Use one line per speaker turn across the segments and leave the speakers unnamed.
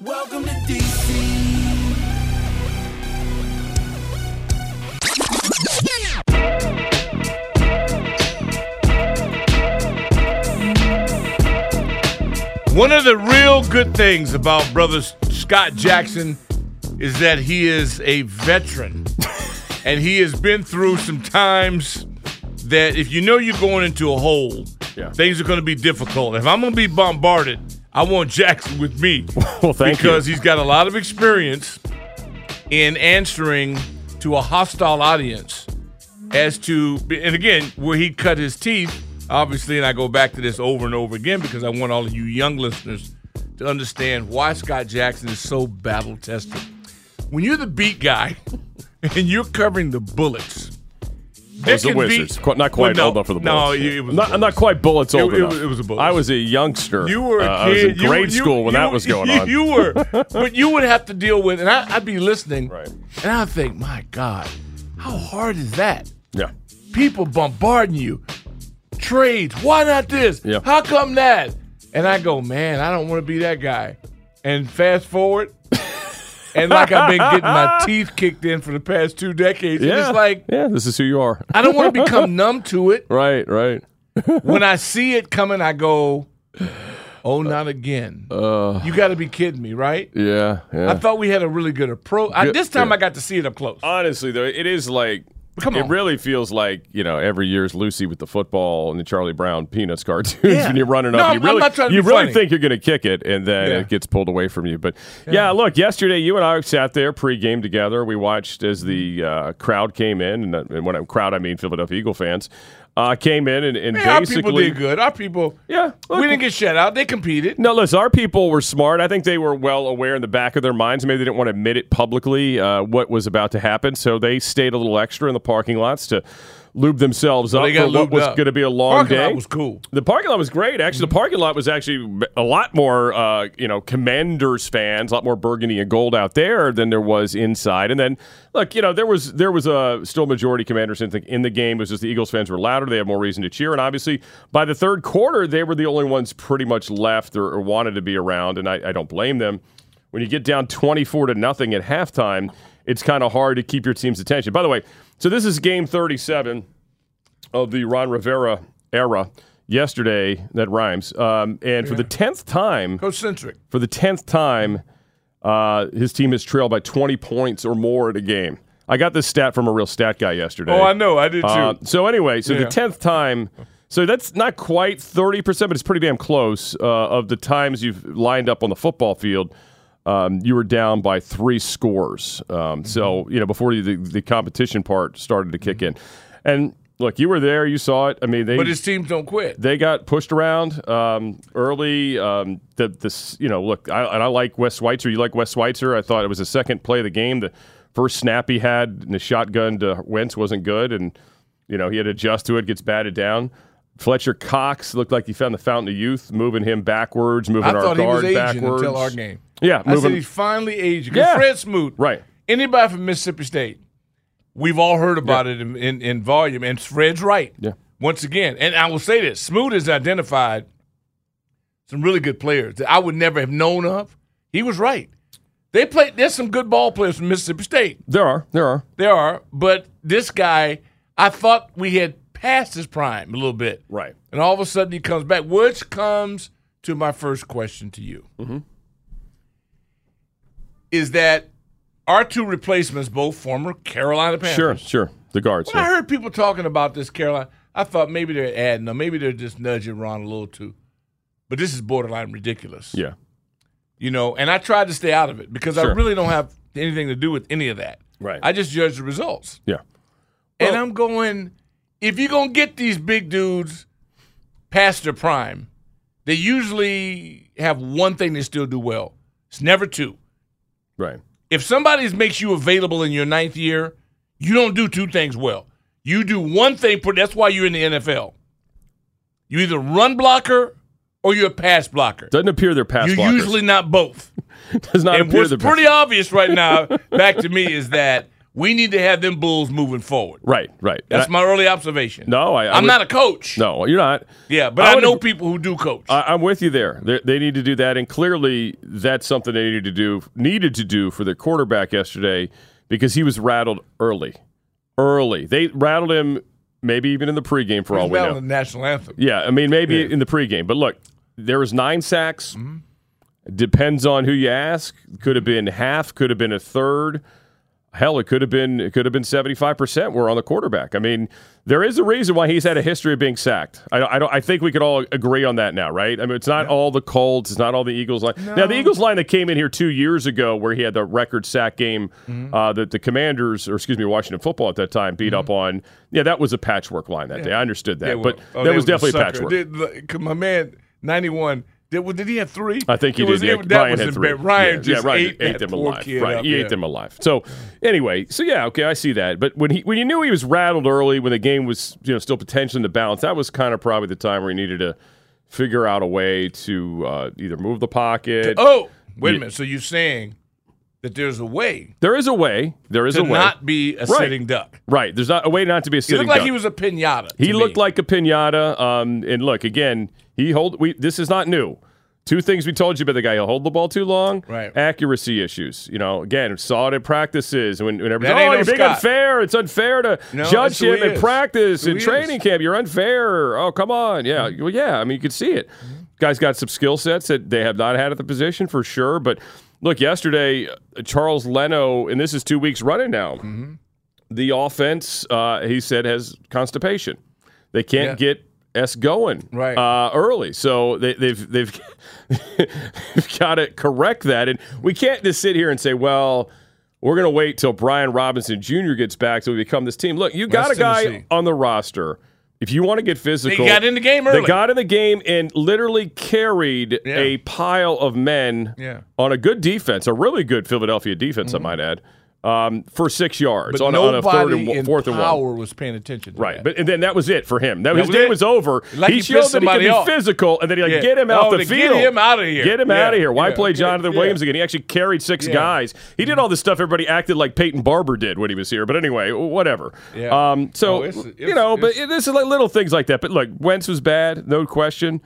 Welcome to DC.
One of the real good things about brother Scott Jackson is that he is a veteran. and he has been through some times that if you know you're going into a hole,
Yeah.
things are going to be difficult. If I'm going to be bombarded, I want Jackson with me.
Well, thank you.
because he's got a lot of experience in answering to a hostile audience as to and again where he cut his teeth obviously and i go back to this over and over again because i want all of you young listeners to understand why scott jackson is so battle tested when you're the beat guy and you're covering the bullets
It was the Wizards. Qu- not quite
well,
old enough for the
no,
Bullets.
it- it was the
not, not
Bullets.
quite bullets
It-
old
it
enough.
was- it was the Bullets.
I was a youngster.
You were a
Uh,
kid.
I was in
You-
grade
you-
school when
you-
that was going on.
You were, but you would have to deal with, and I, I'd be listening,
Right.
and I think, my God, how hard is that?
yeah.
People bombarding you, trades. Why not this?
Yeah.
How come that? And I go, man, I don't want to be that guy. And fast forward, and like I've been getting my teeth kicked in for the past two decades. and
Yeah.
it's like
yeah, this is who you are.
I don't want to become numb to it.
right, right.
when I see it coming, I go, "Oh, not again!" you got to be kidding me, right?
Yeah, Uh. yeah.
I thought we had a really good approach. I,
Good-
this time,
yeah.
I got to see it up close.
Honestly, though, it is like.
Come
It
on.
really feels like you know every year's Lucy with the football and the Charlie Brown peanuts cartoons
Yeah.
when you're running
No,
up.
I'm-
you
I'm
really,
not trying to
you
be
really
funny.
think you're going to kick it, and then
Yeah.
it gets pulled away from you. But yeah. look, yesterday you and I sat there pregame together. We watched as the uh, crowd came in, and, uh, and when I crowd I mean Philadelphia Eagle fans uh, came in and, and
Man, our people
basically
did good. Our people,
Yeah, look,
we didn't get shut out. They competed.
no, listen, our people were smart. I think they were well aware in the back of their minds. Maybe they didn't want to admit it publicly uh, what was about to happen. So they stayed a little extra in the parking lots to lube themselves up
they
for
got
what
lubed
was
up.
going to be a long
Parking
day.
lot was cool.
The parking lot was great. Actually, the parking lot was actually a lot more, uh, you know, Commanders fans, a lot more burgundy and gold out there than there was inside. And then, look, you know, there was there was a still majority Commanders in the, in the game. It was just the Eagles fans were louder. They had more reason to cheer. And obviously, by the third quarter, they were the only ones pretty much left or, or wanted to be around. And I, I don't blame them when you get down 24 to nothing at halftime, it's kind of hard to keep your team's attention. By the way, so this is game 37 of the Ron Rivera era yesterday. That rhymes. Um, and for the 10th time,
Coach Centric.
for the 10th time, uh, his team has trailed by 20 points or more at a game. I got this stat from a real stat guy yesterday.
Oh, I know. I did too.
Uh, so anyway, so the
Yeah.
tenth time. So that's not quite thirty percent, but it's pretty damn close uh, of the times you've lined up on the football field. Um, you were down by three scores. Um,
Mm-hmm.
So you know before you, the the competition part started to kick in, and look, you were there, you saw it. I mean, they
but his teams don't quit.
they got pushed around um, early. Um, the, the s- you know look, I, and I like Wes Schweitzer. You like Wes Schweitzer? I thought it was the second play of the game. The first snap he had in the shotgun to Wentz wasn't good, and you know he had to adjust to it. Gets batted down. Fletcher Cox looked like he found the fountain of youth, moving him backwards, moving
I
our
thought he was
guard
aging
backwards.
until our game.
Yeah,
I said
moving-
he's finally aging. 'Cause
Yeah.
Fred Smoot,
Right.
Anybody from Mississippi State, we've all heard about it in, in, in volume, and Fred's right.
Yeah.
Once again, and I will say this: Smoot has identified some really good players that I would never have known of. He was right. They played. There's some good ball players from Mississippi State.
There are, there are.
There are, but this guy, I thought we had past his prime a little bit.
Right.
And all of a sudden he comes back, which comes to my first question to you.
Mm-hmm.
Is that our two replacements, both former Carolina Panthers?
Sure, sure. The guards.
When I
yeah.
heard people talking about this Carolina, I thought maybe they're adding them, maybe they're just nudging Ron a little too. But this is borderline ridiculous.
yeah.
You know, and I tried to stay out of it because I
Sure.
really don't have anything to do with any of that.
Right.
I just judge the results.
Yeah.
and
Well-
I'm going, if you're going to get these big dudes past their prime, they usually have one thing they still do well. It's never two.
Right.
If somebody makes you available in your ninth year, you don't do two things well. You do one thing, per- that's why you're in the NFL. You either run blocker or you're a pass blocker.
Doesn't appear they're pass
you're
blockers.
usually not both.
does not
And
appear
what's
they're pass-
pretty obvious right now, back to me, is that we need to have them Bulls moving forward.
Right. Right.
That's
And
my early observation.
No, I- I
am
would-
not a coach.
I- no, you're not.
yeah, but
I
I,
would
know
ag-
people who do coach.
I, I'm with you there. they they need to do that, and clearly that's something they needed to do needed to do for their quarterback yesterday because he was rattled early, early. They rattled him maybe even in the pregame for all we
Well,
know.
the national anthem.
Yeah, I mean maybe in the pregame, but look, there was nine sacks. Depends on who you ask. Could have been half. Could have been a third. Hell, it could have been it could have been seventy five percent. We're on the quarterback. I mean, there is a reason why he's had a history of being sacked. I, don't- I don't. I think we could all agree on that now, right? I mean, it's not all the Colts. It's not all the Eagles line. Now, the Eagles line that came in here two years ago, where he had the record sack game
Mm-hmm.
uh, that the Commanders, or excuse me, Washington Football at that time beat up on. Yeah, that was a patchwork line that day. I understood that,
They
but
were- oh,
that
they
was
were
definitely
sucker.
patchwork.
Did- look, 'cause my man, 91, did, well, did he have three?
I think he
It
did.
was-
yeah.
that
Ryan
was
had
embar-
three.
Ryan
yeah,
just
yeah, Ryan
ate, that
them
poor
alive.
kid
Right,
up,
he
yeah.
ate them alive. So anyway, so yeah, okay, I see that. But when he when you knew he was rattled early, when the game was you know still potentially in the balance, that was kind of probably the time where he needed to figure out a way to uh, either move the pocket.
Oh, wait
Yeah.
a minute. So you're saying that there's a way
there is a way. There is
to
a way.
not be a
Right.
sitting duck?
right. There's not a way not to be a
He
sitting
looked like
duck.
he was a pinata.
He
to
looked
me.
like a pinata. Um, and look again, he hold. We this is not new. Two things we told you about the guy: he'll hold the ball too long,
Right.
Accuracy issues. You know, again, saw it at practices. When whenever
That
oh,
ain't no
you're being
Scott."
unfair. It's unfair to
No,
judge
that's who
him
he
in
is.
practice
Who
in
he
training
is. Mm-hmm.
camp. You're unfair. Oh, come on. Yeah, well, yeah. I mean, you could see it. Guys got some skill sets that they have not had at the position for sure. But look, yesterday, uh, Charles Leno, and this is two weeks running now
Mm-hmm.
the offense, uh, he said, has constipation. They can't
Yeah.
get S going
Right.
uh, early, so they, they've they've they've got to correct that, and we can't just sit here and say, well. We're going to wait till Brian Robinson Jr. gets back so we become this team. Look, you got
That's
a guy
Tennessee.
on the roster. If you want to get physical,
got in the game
They
early.
got in the game and literally carried
Yeah.
a pile of men
Yeah. Mm-hmm.
on a good defense, a really good Philadelphia defense, I might add, um, for six yards
but
on, a- on a
nobody
third and one-
in
fourth and one.
power was paying attention to
Right,
that.
but and then that was it for him. That,
That
his
was
day
it.
was over.
Like
he
he
showed
pissed
that he could
somebody
be
off.
physical, and then he like
Yeah.
get him
Oh,
out the
to get
field.
him outta here.
Get him
Yeah,
out of here. Why
yeah,
play
yeah,
Jonathan
yeah.
Williams again? He actually carried six guys. He did all this stuff. Everybody acted like Peyton Barber did when he was here. But anyway, whatever.
Yeah.
Um. So
Oh, it's-
you
it's-
know, but
it's-
it- this is like little things like that. But look, Wentz was bad, no question.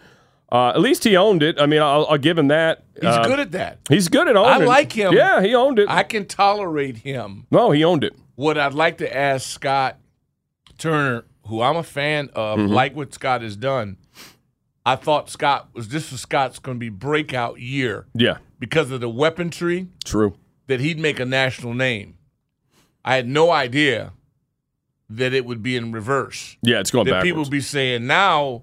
Uh, at least he owned it. I mean, I'll, I'll give him that.
He's
Uh,
good at that.
He's good at owning.
I like him.
Yeah, he owned it.
I can tolerate him.
no, he owned it.
What I'd like to ask Scott Turner, who I'm a fan of,
Mm-hmm.
like what Scott has done. I thought Scott was this was Scott's going to be breakout year
Yeah,
because of the weaponry
true.
that he'd make a national name. I had no idea that it would be in reverse.
Yeah, it's going
that
backwards.
people be saying now,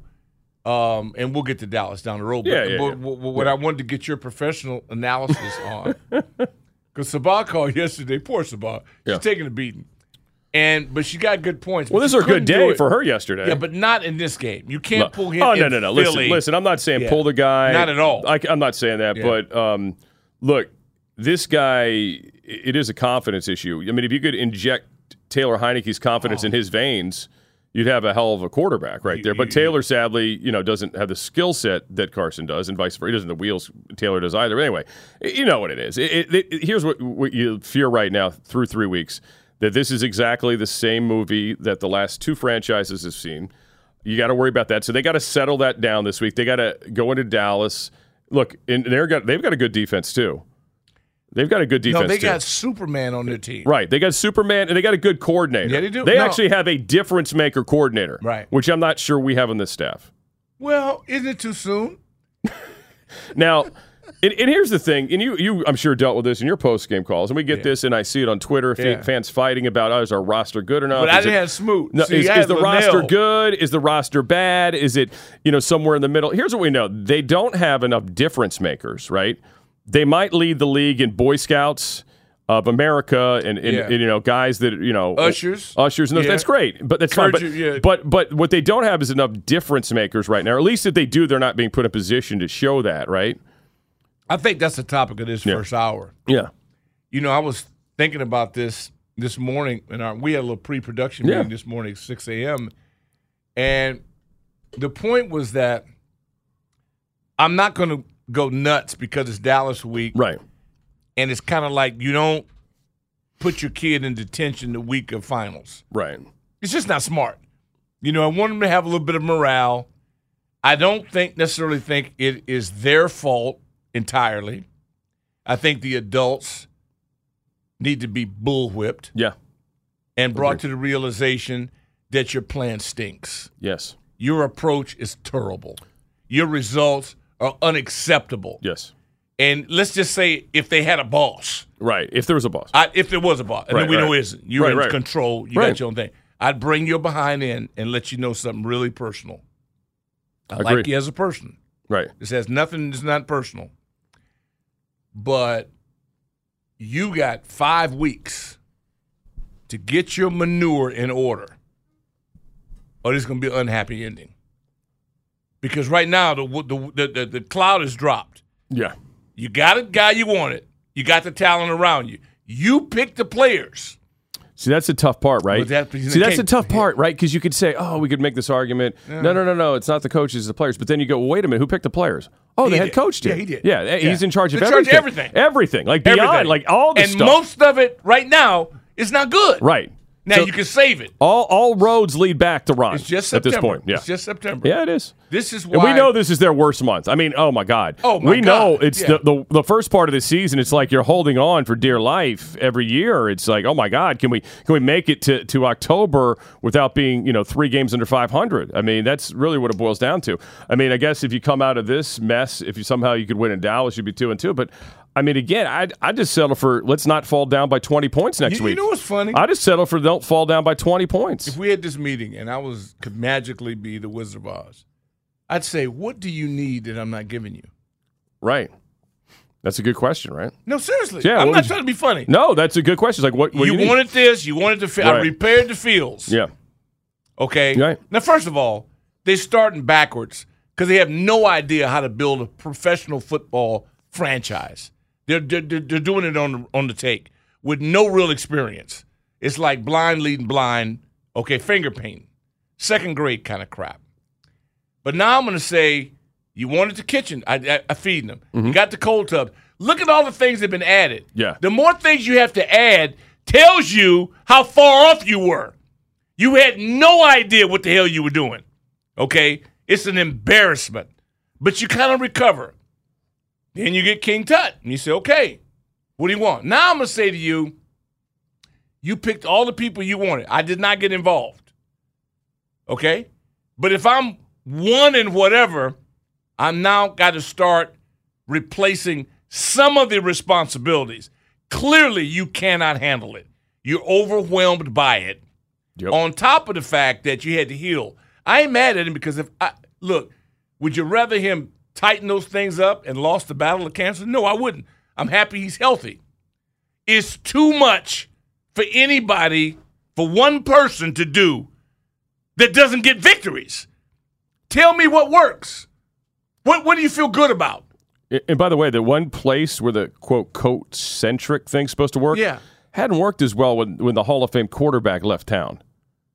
um, and we'll get to Dallas down the road.
Yeah,
but
yeah,
but
yeah.
what- what I wanted to get your professional analysis on, because Sabah called yesterday. Poor Sabah,
Yeah.
she's taking a beating, and but she got good points.
Well,
but
this
she
is a good
couldn't do
day
it.
for her yesterday.
Yeah, but not in this game. You can't
No.
pull him.
Oh no,
in
no, no!
Philly.
Listen, listen. I'm not saying
Yeah.
pull the guy.
Not at all.
I, am not saying that.
Yeah.
But um, look, this guy. It is a confidence issue. I mean, if you could inject Taylor Heineke's confidence
Oh.
in his veins, you'd have a hell of a quarterback right there. But Taylor, sadly, you know, doesn't have the skill set that Carson does, and vice versa. He doesn't have the wheels Taylor does either. But anyway, y- you know what it is. It, it, it- here's what, what you fear right now through three weeks that this is exactly the same movie that the last two franchises have seen. You got to worry about that. So they got to settle that down this week. They got to go into Dallas. Look, and they're got they've got a good defense too. They've got a good defense.
No, they
too.
got Superman on their team.
Right. They got Superman and they got a good coordinator.
Yeah, they do.
They
No.
actually have a difference maker coordinator.
Right.
Which I'm not sure we have on this staff.
Well, isn't it too soon?
Now, and, and here's the thing, and you, you, I'm sure dealt with this in your post game calls, and we get this, and I see it on Twitter. fa-
Yeah.
Fans fighting about, oh, is our roster good or not?
But I
Is
didn't
it-
have Smoot.
No,
See,
is,
I
is
had
the roster
Linnell.
good? Is the roster bad? Is it you know somewhere in the middle? Here's what we know: they don't have enough difference makers. Right? They might lead the league in Boy Scouts of America, and, and,
Yeah.
and, you know guys that you know
Ushers.
Oh, ushers, and those,
Yeah.
that's great. But that's fine. But,
Encourage you, yeah.
but but what they don't have is enough difference makers right now. Or at least if they do, they're not being put in position to show that. Right?
I think that's the topic of this
Yeah.
first hour.
Yeah.
You know, I was thinking about this this morning, and our, we had a little pre-production
Yeah.
meeting this morning, at six a.m. And the point was that I'm not going to go nuts because it's Dallas week,
Right.
and it's kind of like you don't put your kid in detention the week of finals.
Right.
It's just not smart. You know, I want them to have a little bit of morale. I don't think necessarily think it is their fault entirely. I think the adults need to be bullwhipped
Yeah.
and brought to the realization that your plan stinks.
Yes.
Your approach is terrible. Your results are unacceptable.
Yes.
And let's just say if they had a boss,
Right. If there was a boss.
I, if there was a boss, and
Right,
then we know
right.
it isn't. You're
Right,
in
right.
control. You
Right.
got your own thing. I'd bring your behind in and let you know something really personal. I like
Agreed.
you as a person.
right.
This has nothing. It's not personal. But you got five weeks to get your manure in order, or there's going to be an unhappy ending. Because right now the the the, the, the cloud is dropped.
Yeah.
You got a guy you wanted. You got the talent around you. You pick the players.
See, that's the tough part, right?
But that- but you
See, that's the
can't-
tough part, right? Because you could say, oh, we could make this argument. No, no, no, no. It's not the coaches, it's the players. But then you go, well, wait a minute, who picked the players? Oh, the
He
head
did.
coach did.
Yeah, he did.
Yeah,
Yeah.
he's in charge of
In charge
everything.
of
Everything.
everything.
Like beyond,
Everything.
like all the
and
stuff.
most of it right now is not good.
right.
Now
So
you can save it.
all, all roads lead back to Ron
It's just
at
September.
this point. Yeah.
It's just September.
yeah, it is.
This is
And we
why
know this is their worst month. I mean, oh my God.
Oh, my
we know
God.
it's
Yeah.
the, the the first part of the season. It's like you're holding on for dear life every year. It's like, oh my God, can we can we make it to, to October without being you know three games under 500? I mean, that's really what it boils down to. I mean, I guess if you come out of this mess, if you somehow you could win in Dallas, you'd be two and two. But I mean, again, I I just settle for let's not fall down by 20 points next
You- you
week.
know what's funny?
I just settle for don't fall down by 20 points.
if we had this meeting and I was could magically be the Wizard of Oz, I'd say, what do you need that I'm not giving you?
right. That's a good question, right?
No, seriously.
Yeah, what
I'm not
would you-
trying to be funny.
No, that's a good question. It's like what, what do
you,
you need?
wanted this. You wanted the. Fi- I
Right.
repaired the fields.
Yeah.
Okay.
Right.
Now, first of all, they're starting backwards because they have no idea how to build a professional football franchise. They're they're, they're they're doing it on the, on the take with no real experience. It's like blind leading blind. Okay, finger painting, second grade kind of crap. But now I'm going to say you wanted the kitchen. I, I, I feeding them. You got the cold tub. Look at all the things that have been added.
Mm-hmm. Yeah.
The more things you have to add tells you how far off you were. You had no idea what the hell you were doing. Okay? It's an embarrassment. But you kind of recover. Then you get King Tut. And you say, okay, what do you want? Now I'm going to say to you, you picked all the people you wanted. I did not get involved. Okay? But if I'm one in whatever, I'm now got to start replacing some of the responsibilities. Clearly, you cannot handle it. You're overwhelmed by it.
Yep.
On top of the fact that you had to heal, I ain't mad at him because if I look, would you rather him tighten those things up and lost the battle of cancer? No, I wouldn't. I'm happy he's healthy. It's too much for anybody, for one person to do that doesn't get victories. Tell me what works. What what do you feel good about?
And- And by the way, the one place where the quote coach centric thing's supposed to work,
Yeah.
hadn't worked as well when when the Hall of Fame quarterback left town.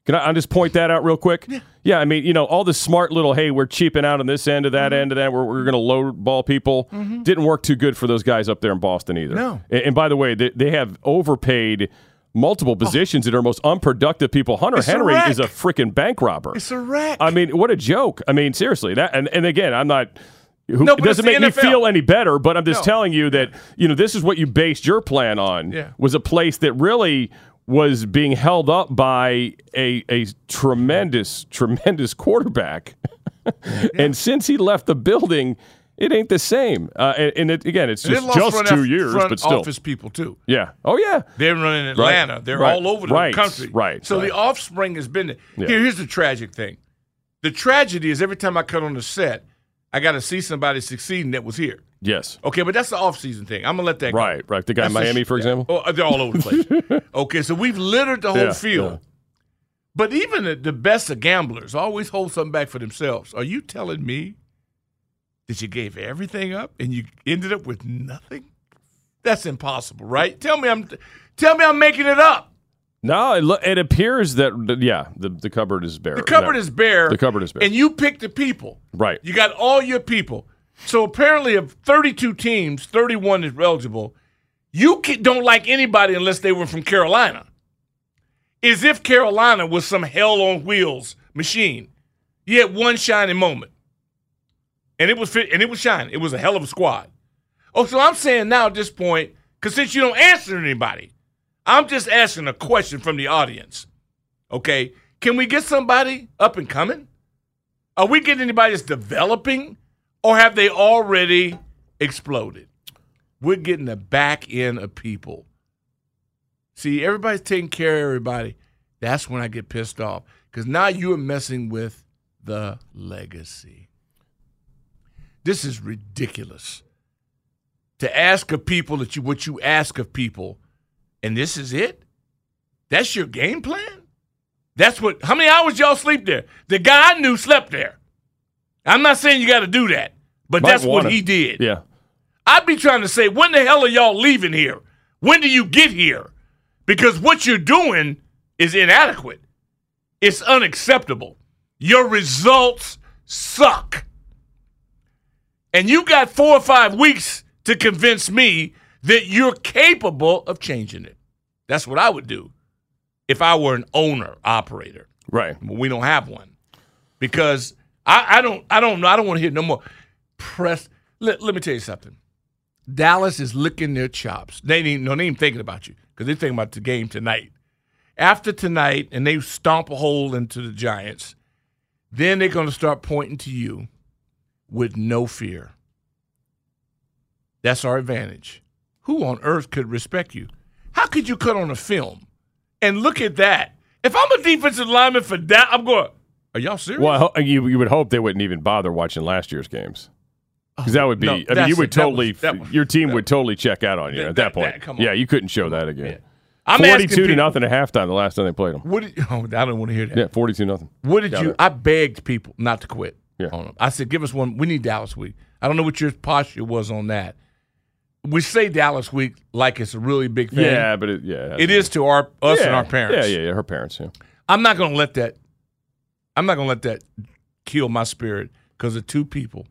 Can I, I just point that out real quick? Yeah. I mean, you know, all the smart little hey, we're cheaping out on this end of
Mm-hmm.
that end of that. We're, we're going to load ball people. Didn't work too good for those guys up there in Boston either.
No.
And, and by the way, they, they have overpaid multiple positions that are most unproductive people. Hunter
Oh. It's a
Henry
wreck.
is a freaking bank robber.
It's a wreck.
I mean, what a joke. I mean, seriously, that and, and again, I'm not Who,
No,
it
but it's
doesn't make
the
me
NFL.
feel any better, but I'm just
No.
telling you that you know this is what you based your plan on.
Yeah.
Was a place that really was being held up by a a tremendous tremendous quarterback, and since he left the building, it ain't the same. Uh, and, and it, again, it's
They
just
lost
just
front
two
off-
years,
front
but still,
office people too.
yeah. Oh yeah.
They're running
Right.
Atlanta. They're
Right.
all over the
Right.
country.
Right.
So
Right.
the offspring has been there.
Yeah.
Here, here's the tragic thing. The tragedy is every time I cut on the set, I got to see somebody succeeding that was here.
Yes.
Okay, but that's the off-season thing. I'm gonna let that go.
Right, right. The guy in
That's
Miami,
sh-
for example?
Oh, they're all over the place. okay, so we've littered the whole
Yeah,
field.
yeah.
But even the, the best of gamblers always hold something back for themselves. Are you telling me that you gave everything up and you ended up with nothing? That's impossible, right? Tell me I'm tell me I'm making it up.
No, it, lo- it appears that that- yeah, the, the cupboard is bare.
The cupboard is bare.
Uh, The cupboard is bare.
And you picked the people.
Right.
You got all your people. So apparently, of 32 teams, 31 is eligible. You ca- don't like anybody unless they were from Carolina. As if Carolina was some hell on wheels machine. You had one shining moment, and it was fit, and it was shining. It was a hell of a squad. Oh, so I'm saying now at this point, because since you don't answer anybody, I'm just asking a question from the audience. Okay, can we get somebody up and coming? Are we getting anybody that's developing, or have they already exploded? We're getting the back end of people. See, everybody's taking care of everybody. That's when I get pissed off because now you are messing with the legacy. This is ridiculous. To ask of people that you what you ask of people, and this is it. That's your game plan. That's what. How many hours y'all sleep there? The guy I knew slept there. I'm not saying you got to do that, but
Might
that's what
wanna-
he did.
Yeah.
I'd be trying to say, when the hell are y'all leaving here? When do you get here? Because what you're doing is inadequate. It's unacceptable. Your results suck. And you got four or five weeks to convince me that you're capable of changing it. That's what I would do if I were an owner operator.
Right.
Well, we don't have one because I, I don't I don't know I don't want to hear no more press. Let, let me tell you something. Dallas is licking their chops. They ain't even- no, they ain't thinking about you because they're thinking about the game tonight. After tonight, and they stomp a hole into the Giants, then they're going to start pointing to you with no fear. That's our advantage. Who on earth could respect you? How could you cut on a film and look at that? If I'm a defensive lineman for that, I'm going. Are y'all serious?
Well, I ho- you you would hope they wouldn't even bother watching last year's games because that would be.
Oh, No,
I mean,
that's-
you would
that was-
totally.
that was-
your team would totally check out on you
That-
at
that-
that,
that-
point.
come on.
yeah, you couldn't show that again.
I'm asking
Forty-two to
people-
nothing at halftime. The last time they played them.
What did, oh, I don't want to hear that.
Yeah, forty-two nothing.
What did
Got
you?
it.
I begged people not to quit.
Yeah.
On them. I said, give us one. We need Dallas week. I don't know what your posture was on that. We say Dallas week like it's a really big thing.
Yeah, but it, yeah,
It is to our us and our parents.
Yeah, yeah, yeah, her parents. Yeah.
I'm not gonna let that. I'm not gonna let that kill my spirit because of two people,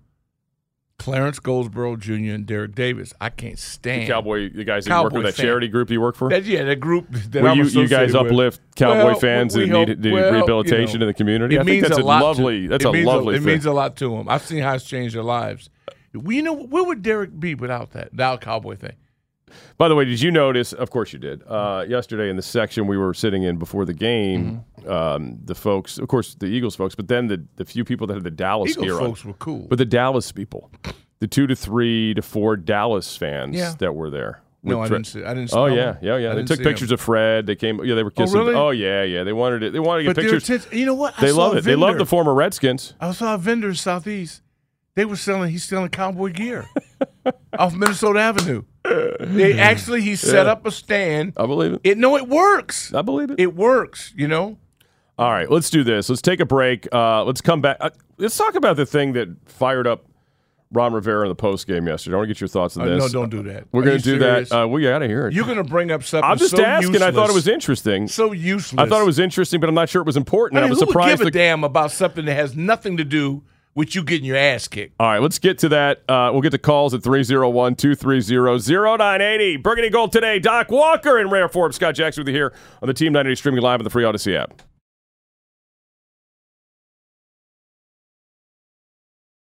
Clarence Goldsboro Jr. and Derek Davis. I can't stand
The cowboy, the guys that work
Cowboy
with that
fan.
charity group you work for.
That, yeah, that group. That
Will
I'm
you, you guys
associated with.
uplift cowboy
Well,
fans
we
that
hope-
need, need
well,
rehabilitation
you know,
in the community?
It
I think
means
that's
a lot to-
lovely. that's
it
a
means
lovely
It
thing.
means a lot to them. I've seen how it's changed their lives. We, you know, where would Derek be without that? That cowboy thing.
By the way, did you notice? Of course you did. Uh, yesterday in the section we were sitting in before the game,
Mm-hmm.
um, the folks, of course, the Eagles folks, but then the, the few people that had the Dallas
Eagles
gear
folks
on,
were cool.
but the Dallas people, the two to three to four Dallas fans
Yeah.
that were there. with
no, I
Tre-
didn't see. I didn't.
Oh
smell
yeah,
him.
yeah, yeah.
I
They
didn't
took
see
pictures
him.
of Fred. They came. Yeah, they were kissing. Oh,
really?
yeah, yeah. They wanted it. They wanted to get
But their
pictures.
attention- you know what? I
they
saw
love
a
it. They love
vendor.
the former Redskins.
I saw a vendor in Southeast. They were selling. He's selling cowboy gear off Minnesota Avenue. They actually he set up a stand.
I believe it.
It no, it works.
I believe it.
It works. You know.
All right, let's do this. Let's take a break. Uh, let's come back. Uh, let's talk about the thing that fired up Ron Rivera in the post game yesterday. I want to get your thoughts on
Uh,
this.
no, don't do that.
We're
Are
going
you
to do
serious?
that. Uh, we got to hear it.
You're going to bring up something.
I'm just
so
asking. I thought it was
useless.
interesting.
so useless.
I thought it was interesting, but I'm not sure it was important.
I mean,
and I was
who
surprised.
would give a
the-
damn about something that has nothing to do with you getting your ass kicked?
All right, let's get to that. Uh, we'll get the calls at 301 230 0980. Burgundy Gold today. Doc Walker in rare form. Scott Jackson with you here on the Team 980 streaming live on the Free Odyssey app.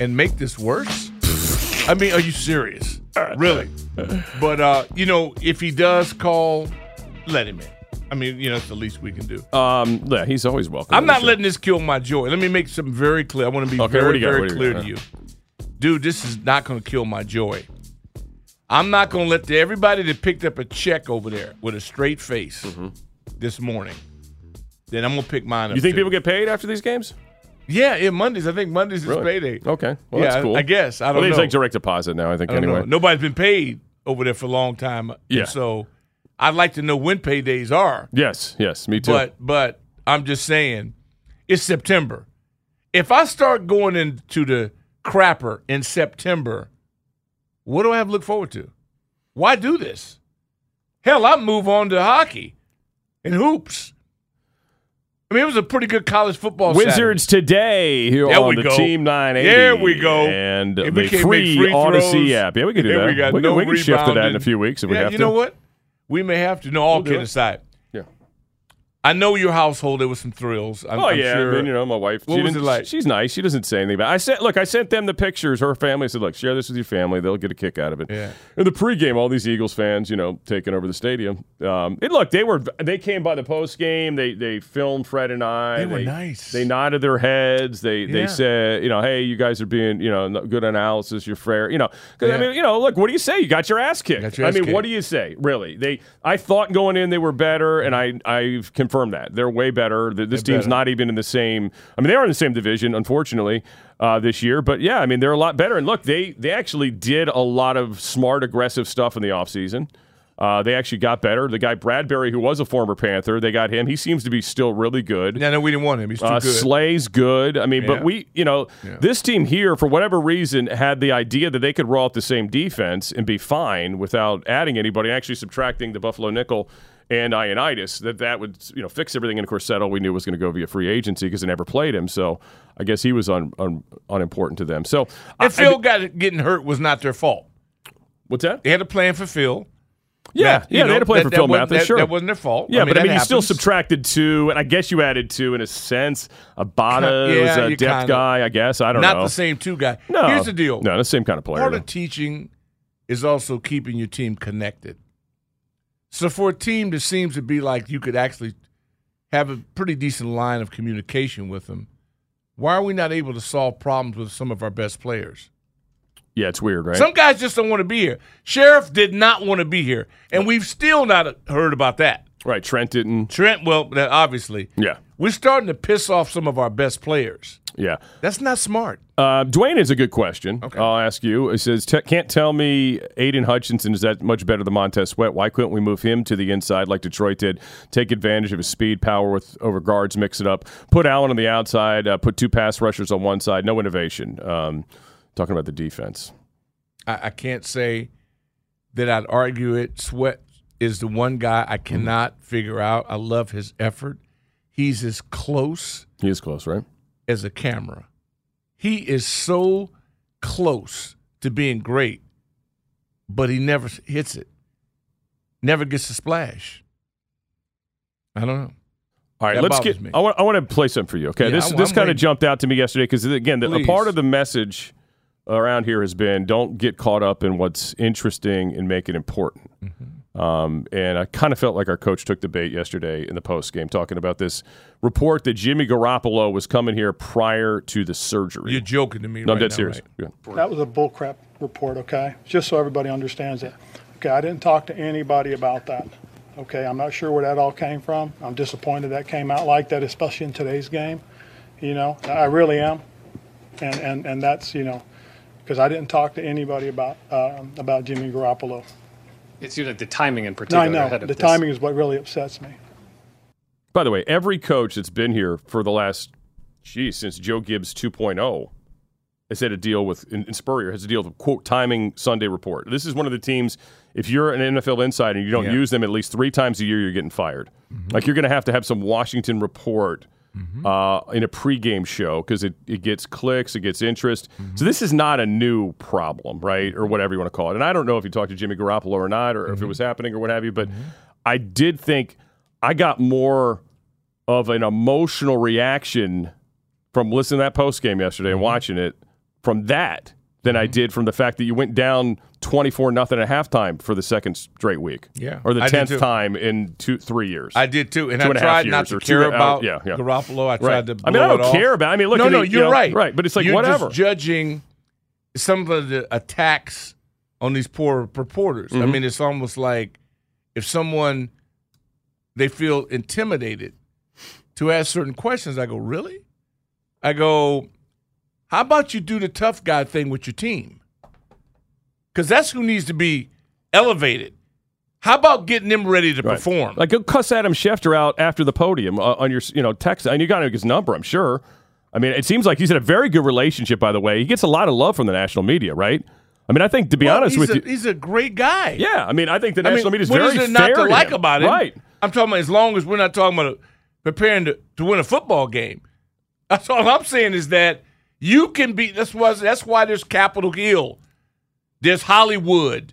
and make this worse? I mean, are you serious? Really? But uh, you know, if he does call, let him in. I mean, you know, it's the least we can do.
Um, yeah, he's always welcome.
I'm not
Sure.
letting this kill my joy. Let me make something very clear. I want to be
Okay, what do
very,
you got?
very
What do you
clear
got?
to you. Dude, this is not going to kill my joy. I'm not going to let the, everybody that picked up a check over there with a straight face this morning. Then I'm going to pick mine up.
Mm-hmm. You think
too.
people get paid after these games?
Yeah, yeah, Mondays. I think Mondays is
Really?
payday.
Okay. Well,
yeah,
that's cool.
I, I guess. I don't
well,
know.
it's like direct deposit now. I think
I don't
anyway.
know. Nobody's been paid over there for a long time. and
Yeah.
So I'd like to know when paydays are.
Yes. Yes. Me too.
But but I'm just saying, it's September. If I start going into the crapper in September, what do I have to look forward to? Why do this? Hell, I move on to hockey and hoops. I mean, it was a pretty good college football. Saturday.
Wizards today here
There
on
we
the
go.
Team 980.
There we go.
And
If we
the
can't
free,
make free throws,
Odyssey app. Yeah, we can do
and
that.
we got
we can,
no
we can shift to that in
rebounding.
a few weeks if we
Yeah,
have
you
to.
know what? We may have to. No, all
We'll do
kidding
it.
aside.
Yeah.
I know your household. There was some thrills. I'm,
Oh
I'm
yeah,
sure.
I mean, you know, my wife.
What
she
was
didn't-
it like?
She's nice. She doesn't say anything about. It. I sent look. I sent them the pictures. Her family said, "Look, share this with your family. They'll get a kick out of it."
Yeah.
In the pregame, all these Eagles fans, you know, taking over the stadium. Um, it look they were they came by the postgame. They they filmed Fred and I.
They were nice.
They nodded their heads. They
Yeah.
they said, you know, hey, you guys are being you know n- good analysis. You're fair. You know, 'cause,
Yeah.
I mean, you know, look, what do you say? You got your ass kicked.
Got your ass
I mean,
kicked.
what do you say? Really? They I thought going in they were better, and I I've confirmed that they're way better. Th- This
They're
team's
better.
not not even in the same. I mean, they are in the same division, unfortunately, uh, this year. But yeah, I mean, they're a lot better. And look, they they actually did a lot of smart, aggressive stuff in the offseason. Uh, they actually got better. The guy Bradbury, who was a former Panther, they got him. He seems to be still really good.
Yeah, no, we didn't want him. He's too
Uh,
good.
Slay's good. I mean,
Yeah.
but we, you know,
Yeah.
this team here, for whatever reason, had the idea that they could roll out the same defense and be fine without adding anybody, actually subtracting the Buffalo nickel and Ionitis, that that would, you know, fix everything. And of course, Settle, we knew was going to go via free agency because they never played him. So I guess he was un, un, unimportant to them. So, I- I
and Phil
mean-
got getting hurt was not their fault.
what's that?
They had a plan for Phil.
Yeah,
That, you
yeah, they
know,
had to play
that-
for
that
Phil
wasn't-
Mathis,
that-
sure.
that wasn't their fault.
Yeah,
I mean,
but I
that
mean, you still
happens.
subtracted two, and I guess you added two in a sense. Abada
Yeah,
is a
you
depth
kinda-
guy, I guess. I don't
Not
know.
the same two guy.
No,
Here's the deal.
No, that's the same kind of player.
Part of teaching is also keeping your team connected. So for a team that seems to be like you could actually have a pretty decent line of communication with them, why are we not able to solve problems with some of our best players?
yeah, it's weird, right?
Some guys just don't want to be here. Sheriff did not want to be here, and we've still not heard about that.
Right, Trent didn't.
Trent, well, that- obviously.
Yeah.
We're starting to piss off some of our best players.
Yeah.
That's not smart.
Uh, Dwayne is a good question.
Okay.
I'll ask you. It says, T- can't tell me Aiden Hutchinson is that much better than Montez Sweat. Why couldn't we move him to the inside like Detroit did? Take advantage of his speed, power with over guards, mix it up. Put Allen on the outside. Uh, put two pass rushers on one side. No innovation. Um, talking about the defense.
I, I can't say that I'd argue it. Sweat is the one guy I cannot figure out. I love his effort. He's as close
He is close, right?
as a camera. He is so close to being great, but he never s- hits it. Never gets a splash. I don't know.
All right,
That
let's
bothers
get.
me.
I want. I want to play something for you. Okay,
Yeah,
this
I'm-
this
I'm
kind of
waiting.
jumped out to me yesterday because again, the, a
Please.
part of the message around here has been don't get caught up in what's interesting and make it important.
Mm-hmm.
Um, and I kind of felt like our coach took the bait yesterday in the post game, talking about this report that Jimmy Garoppolo was coming here prior to the surgery.
You're joking to me.
no,
right
I'm dead
now,
serious.
right?
Yeah.
That was a bullcrap report, okay? Just so everybody understands that. Okay, I didn't talk to anybody about that. Okay, I'm not sure where that all came from. I'm disappointed that came out like that, especially in today's game. You know, I really am. And and, and that's, you know, because I didn't talk to anybody about um, about Jimmy Garoppolo.
It seems like the timing in
No,
particular.
I know.
Ahead of
The
this.
timing is what really upsets me.
By the way, every coach that's been here for the last, geez, since Joe Gibbs 2.0 has had a deal with, and and Spurrier has a deal with, quote, timing Sunday report. This is one of the teams, if you're an NFL insider and you don't
Yeah.
use them at least three times a year, you're getting fired. Like you're going to have to have some Washington report uh, in a pregame show because it, it gets clicks, it gets interest. So this is not a new problem, right? Or whatever you want to call it. And I don't know if you talked to Jimmy Garoppolo or not, or if it was happening or what have you, but I did think I got more of an emotional reaction from listening to that post game yesterday
Mm-hmm.
and watching it from that than I did from the fact that you went down 24 nothing at halftime for the second straight week.
Yeah,
Or the
I did
10th
too.
time in two, three years.
I did too, and
Two
I
and a half
tried not
years or
to
two
care
and-
about
yeah, yeah.
Garoppolo. I
Right.
tried to.
I mean, I
blow
don't
it off.
care about- I mean, look
no,
at
no,
the- you
you're
know,
right,
right, but it's like,
you're
whatever.
Just judging some of the attacks on these poor reporters.
Mm-hmm.
I mean, it's almost like if someone they feel intimidated to ask certain questions. I go, really? I go, how about you do the tough guy thing with your team? Because that's who needs to be elevated. How about getting them ready to
Right.
perform?
Like go cuss Adam Schefter out after the podium uh, on your you know text, and you got his number, I'm sure. I mean, it seems like he's in a very good relationship, by the way. He gets a lot of love from the national media, right? I mean, I think to be honest
he's
with
a,
you,
he's a great guy.
yeah. I mean, I think the
I
national
mean,
media is
what
very
is there
fair
not to
him.
like about him?
right?
I'm talking about as long as we're not talking about preparing to, to win a football game. That's all I'm saying is that you can be. That's why. That's why there's Capitol Hill, there's Hollywood,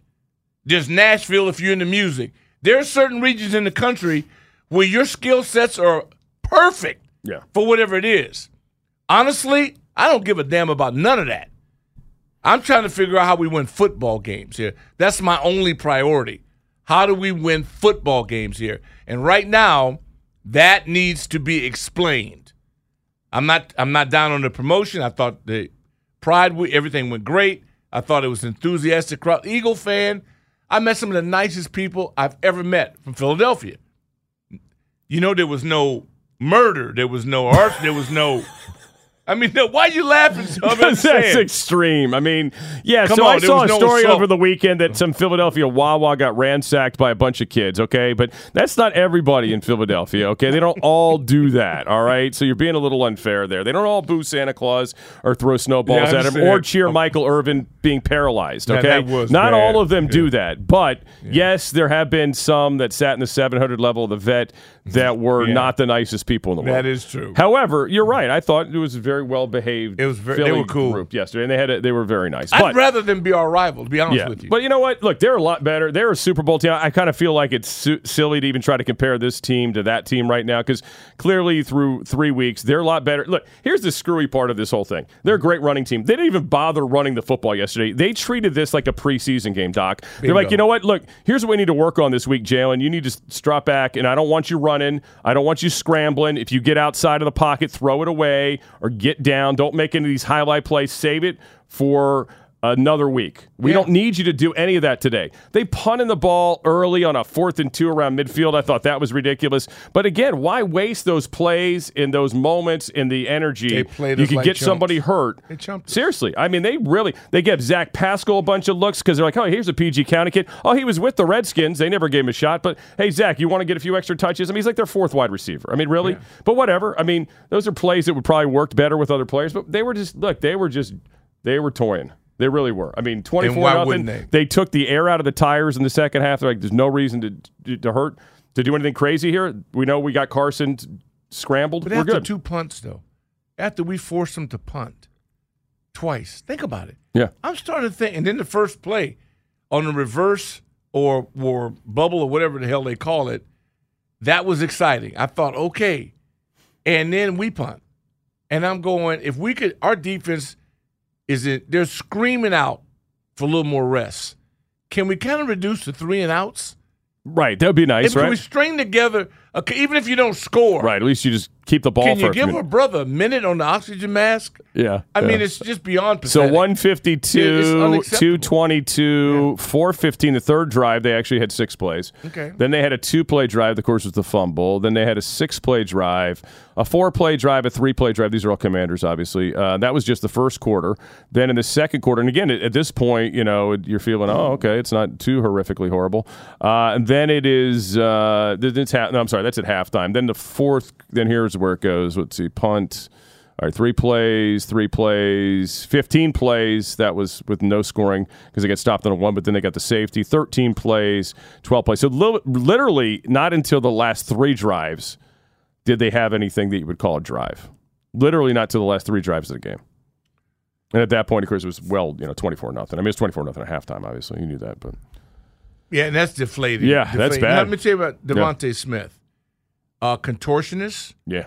there's Nashville. If you're into music, there are certain regions in the country where your skill sets are perfect
Yeah.
for whatever it is. Honestly, I don't give a damn about none of that. I'm trying to figure out how we win football games here. That's my only priority. How do we win football games here? And right now, that needs to be explained. I'm not I'm not down on the promotion. I thought the pride we- everything went great. I thought it was enthusiastic crowd. Eagle fan. I met some of the nicest people I've ever met from Philadelphia. You know there was no murder, there was no arson, there was no I mean, no, why are you laughing? Sub? I'm
That's
saying.
extreme. I mean, yeah.
Come
so I
on, there
saw
was
a
no
story
assault.
over the weekend that some Philadelphia Wawa got ransacked by a bunch of kids. Okay, but that's not everybody in Philadelphia. Okay, they don't all do that. All right, so you're being a little unfair there. They don't all boo Santa Claus or throw snowballs
Yeah, I
at him
understand.
or cheer Michael Irvin being paralyzed.
Yeah,
Okay,
that was
not
bad.
all of them do that, but yes, there have been some that sat in the 700 level of the vet that were
Yeah.
not the nicest people in the world.
That is true.
However, you're right. I thought it was a very well behaved.
It was ver- they were cool.
group yesterday, and they had a, they were very nice.
I'd
But,
rather them be our rival, to be honest
yeah,
with you.
but you know what? Look, they're a lot better. They're a Super Bowl team. I kind of feel like it's su- silly to even try to compare this team to that team right now because clearly through three weeks they're a lot better. Look, here's the screwy part of this whole thing. They're a great running team. They didn't even bother running the football yesterday. They treated this like a preseason game, Doc. They're like,
Bingo.
you know what? Look, here's what we need to work on this week, Jalen. You need to s- drop back, and I don't want you running. I don't want you scrambling. If you get outside of the pocket, throw it away or get down. Don't make any of these highlight plays. Save it for another week. We don't need you to do any of that today. They punted the ball early on a fourth and two around midfield. I thought that was ridiculous. But again, why waste those plays in those moments in the energy?
They played
you
us
could
like
get
chumps.
somebody hurt.
They chumped
Seriously, I mean, they really they gave Zach Pascal a bunch of looks because they're like, oh, here's a PG County kid. Oh, he was with the Redskins. They never gave him a shot. But hey, Zach, you want to get a few extra touches? I mean, he's like their fourth wide receiver. I mean, really. But whatever. I mean, those are plays that would probably worked better with other players. But they were just look, they were just they were toying. They really were. I mean, twenty four
why
nothing.
wouldn't they?
took the air out of the tires in the second half. They're like, there's no reason to to hurt to do anything crazy here. We know we got Carson scrambled.
But
we're
after
good.
two punts, though, after we forced them to punt twice, think about it.
yeah.
I'm starting to think, and then the first play on the reverse or or bubble or whatever the hell they call it, that was exciting. I thought, okay, and then we punt, and I'm going. If we could, our defense is it? They're screaming out for a little more rest. Can we kind of reduce the three and outs?
Right. That would be nice,
if
right?
we string together, okay, even if you don't score,
Right. At least you just keep the ball
can
for
you
a
give
few
our
minutes.
brother a minute on the oxygen mask?
Yeah.
I
yeah.
mean, it's just beyond
so
pathetic.
152,
It's unacceptable.
222, 415. The third drive, they actually had six plays.
Okay.
Then they had a two play drive, of course, was the fumble. Then they had a six play drive, a four play drive, a three play drive. These are all commanders, obviously. Uh, that was just the first quarter. Then in the second quarter, and again, at, at this point, you know, you're feeling, oh, okay, it's not too horrifically horrible. Uh, and then it is, uh, th- it's ha- no, I'm sorry, that's at halftime. Then the fourth, then here's where it goes. Let's see, punt. All right, three plays, three plays, 15 plays. That was with no scoring because they got stopped on a one, but then they got the safety. 13 plays, 12 plays. So li- literally, not until the last three drives did they have anything that you would call a drive. Literally, not till the last three drives of the game. And at that point, of course, it was well, you know, 24 nothing. I mean, it's 24 nothing at halftime, obviously. You knew that, but
Yeah, and that's deflating.
Yeah, that's
Deflating.
bad.
Now, let me tell you about
Yeah.
Devontae Smith, uh, contortionist.
yeah.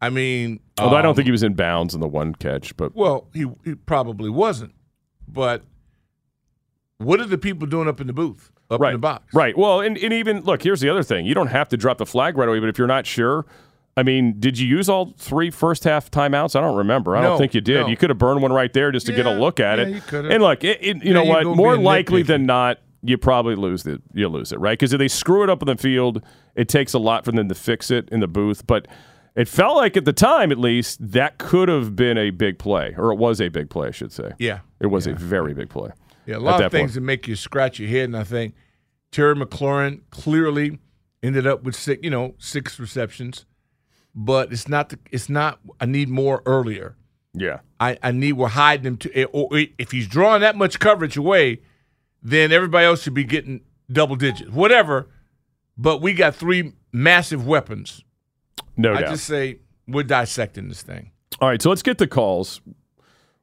I mean,
Although I don't
um,
think he was in bounds in the one catch, but
Well, he, he probably wasn't, but what are the people doing up in the booth, up
right.
in the box?
Right. Well, and, and even look, here's the other thing. You don't have to drop the flag right away, but if you're not sure, I mean, did you use all three first half timeouts? I don't remember. I
No,
don't think you did.
no.
You could have burned one right there just to get a
Yeah,
look at
yeah,
it.
you could've.
And look, it, it, you
Yeah,
know
you
what?
go
More
being
likely
nitpicky.
than not, you probably lose it. You lose it, right? Because if they screw it up on the field, it takes a lot for them to fix it in the booth. But it felt like at the time, at least, that could have been a big play, or it was a big play, I should say.
Yeah.
It was a very big play.
Yeah, a
at
lot
that
of things
point.
that make you scratch your head, and I think Terry McLaurin clearly ended up with six, you know, six receptions, but it's not. The, it's not. I need more earlier.
Yeah.
I, I need we're hiding him to eh, or if he's drawing that much coverage away, then everybody else should be getting double digits, whatever. But we got three massive weapons.
No
I
doubt.
just say we're dissecting this thing.
All right, so let's get the calls.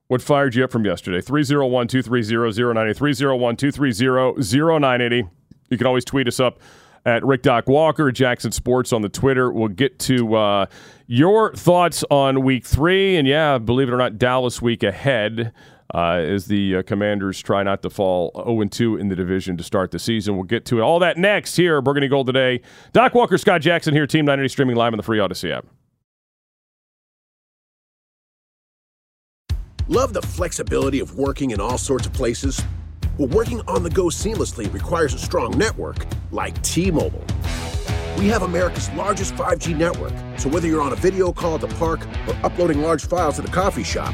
What fired you up from yesterday? 301 230 0980. 301 230 0980. You can always tweet us up at Rick Doc Walker, Jackson Sports on the Twitter. We'll get to uh, your thoughts on week three. And yeah, believe it or not, Dallas week ahead uh, as the uh, Commanders try not to fall 0 2 in the division to start the season. We'll get to it. all that next here, Burgundy Gold today. Doc Walker, Scott Jackson here, Team 980 streaming live on the Free Odyssey app.
Love the flexibility of working in all sorts of places? Well, working on the go seamlessly requires a strong network like T Mobile. We have America's largest 5G network, so whether you're on a video call at the park or uploading large files at a coffee shop,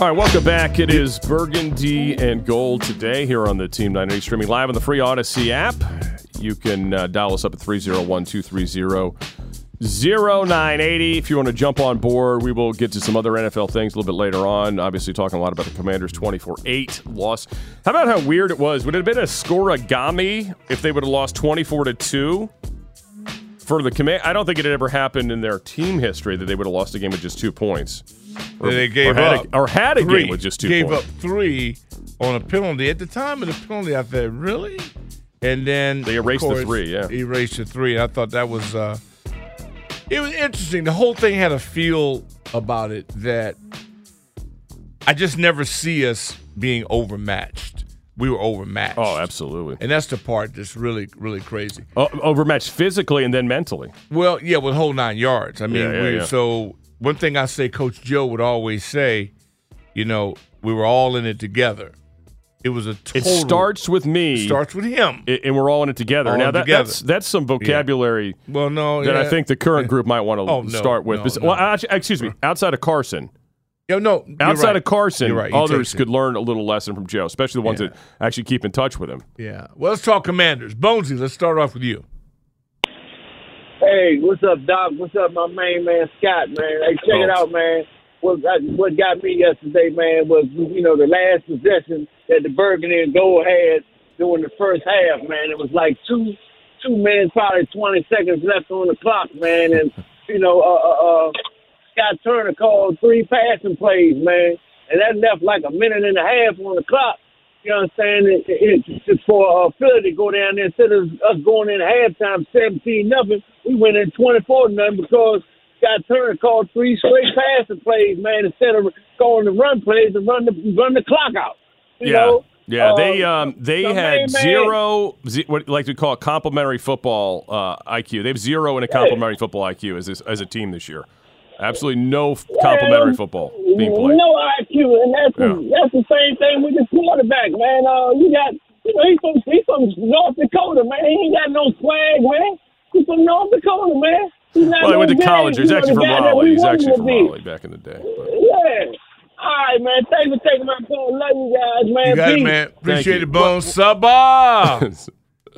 All right, welcome back. It is Burgundy and Gold today here on the Team 980 streaming live on the free Odyssey app. You can uh, dial us up at 301 230 0980 if you want to jump on board. We will get to some other NFL things a little bit later on. Obviously, talking a lot about the Commanders 24 8 loss. How about how weird it was? Would it have been a scoregami if they would have lost 24 to 2? For the command, I don't think it had ever happened in their team history that they would have lost a game with just two points.
they gave
had
up
a, or had a
three.
game with just two
Gave
points.
up three on a penalty. At the time of the penalty, I thought, really? And then they
erased the three, yeah.
erased the three. I thought that was uh, it was interesting. The whole thing had a feel about it that I just never see us being overmatched. We were overmatched. Oh,
absolutely.
And that's the part that's really, really crazy.
O- overmatched physically and then mentally.
Well, yeah, with whole nine yards. I mean,
Yeah, yeah,
we,
yeah.
so one thing I say, Coach Joe would always say, you know, we were all in it together. It was a
It
total.
starts with me.
starts with him,
and we're all in it together.
All
now
in
that,
together.
that's that's some vocabulary.
Well, no,
that I
yeah.
think the current group might want to
Oh, no,
start with.
no,
Bes-
no.
Well, actually, excuse me, outside of Carson.
Yeah, no, you're
Outside
right.
of Carson,
You're right, he
others
takes it.
could learn a little lesson from Joe, especially the ones that actually keep in touch with him.
Yeah. Well, let's talk commanders. Bonesy, let's start off with you.
Hey, what's up, Doc? What's up, my main man, Scott, man? Hey, check it
Oh.
out, man. What got, what got me yesterday, man, was, you know, the last possession that the Burgundy and Gold had during the first half, man. It was like two two minutes, probably 20 seconds left on the clock, man. And, you know, uh, uh, uh, Scott Turner called three passing plays, man. And that left like a minute and a half on the clock. You know what I'm saying? It, it, it's just for uh, Philly to go down there instead of us going in halftime 17 nothing, we went in 24 nothing because Scott Turner called three straight passing plays, man, instead of calling the run plays and run the run the clock out. You
yeah,
know?
yeah. they
Uh,
um, they
the
had
main man-
zero, ze- what like to call it, complementary football uh, IQ. They have zero in a complementary football IQ as this, as a team this year. Absolutely no f- complementary football being played.
No IQ, and that's the, that's the same thing with the quarterback, man. Uh, you got you know he's from he's from North Dakota, man. He ain't got no swag, man. He's from North Dakota, man. He's not
Well, he
no
went to
guy,
college.
you
He's
know,
actually
the
from
guy that we
Raleigh. He's
want him
actually
to
from
be.
Raleigh back in the day.
Yeah. All right, man. Thanks for taking my call. Love you guys, man.
You got it,
Peace.
man. Appreciate
you.
it, Bones. Sabah.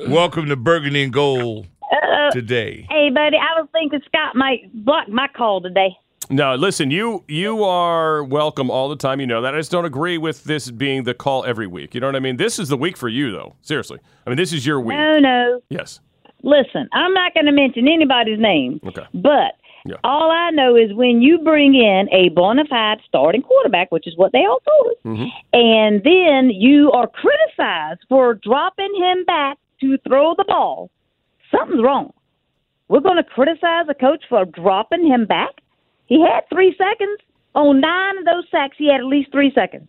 Welcome to Burgundy and Gold
Uh,
today.
Hey, buddy, I was thinking Scott might block my call today.
No, listen, you you are welcome all the time. You know that. I just don't agree with this being the call every week. You know what I mean? This is the week for you, though. Seriously, I mean this is your week.
No, no.
Yes.
Listen, I'm not going to mention anybody's name,
Okay.
but
Yeah.
all I know is when you bring in a bona fide starting quarterback, which is what they all told us, and then you are criticized for dropping him back to throw the ball, something's wrong. We're going to criticize a coach for dropping him back. He had three seconds on nine of those sacks. He had at least three seconds.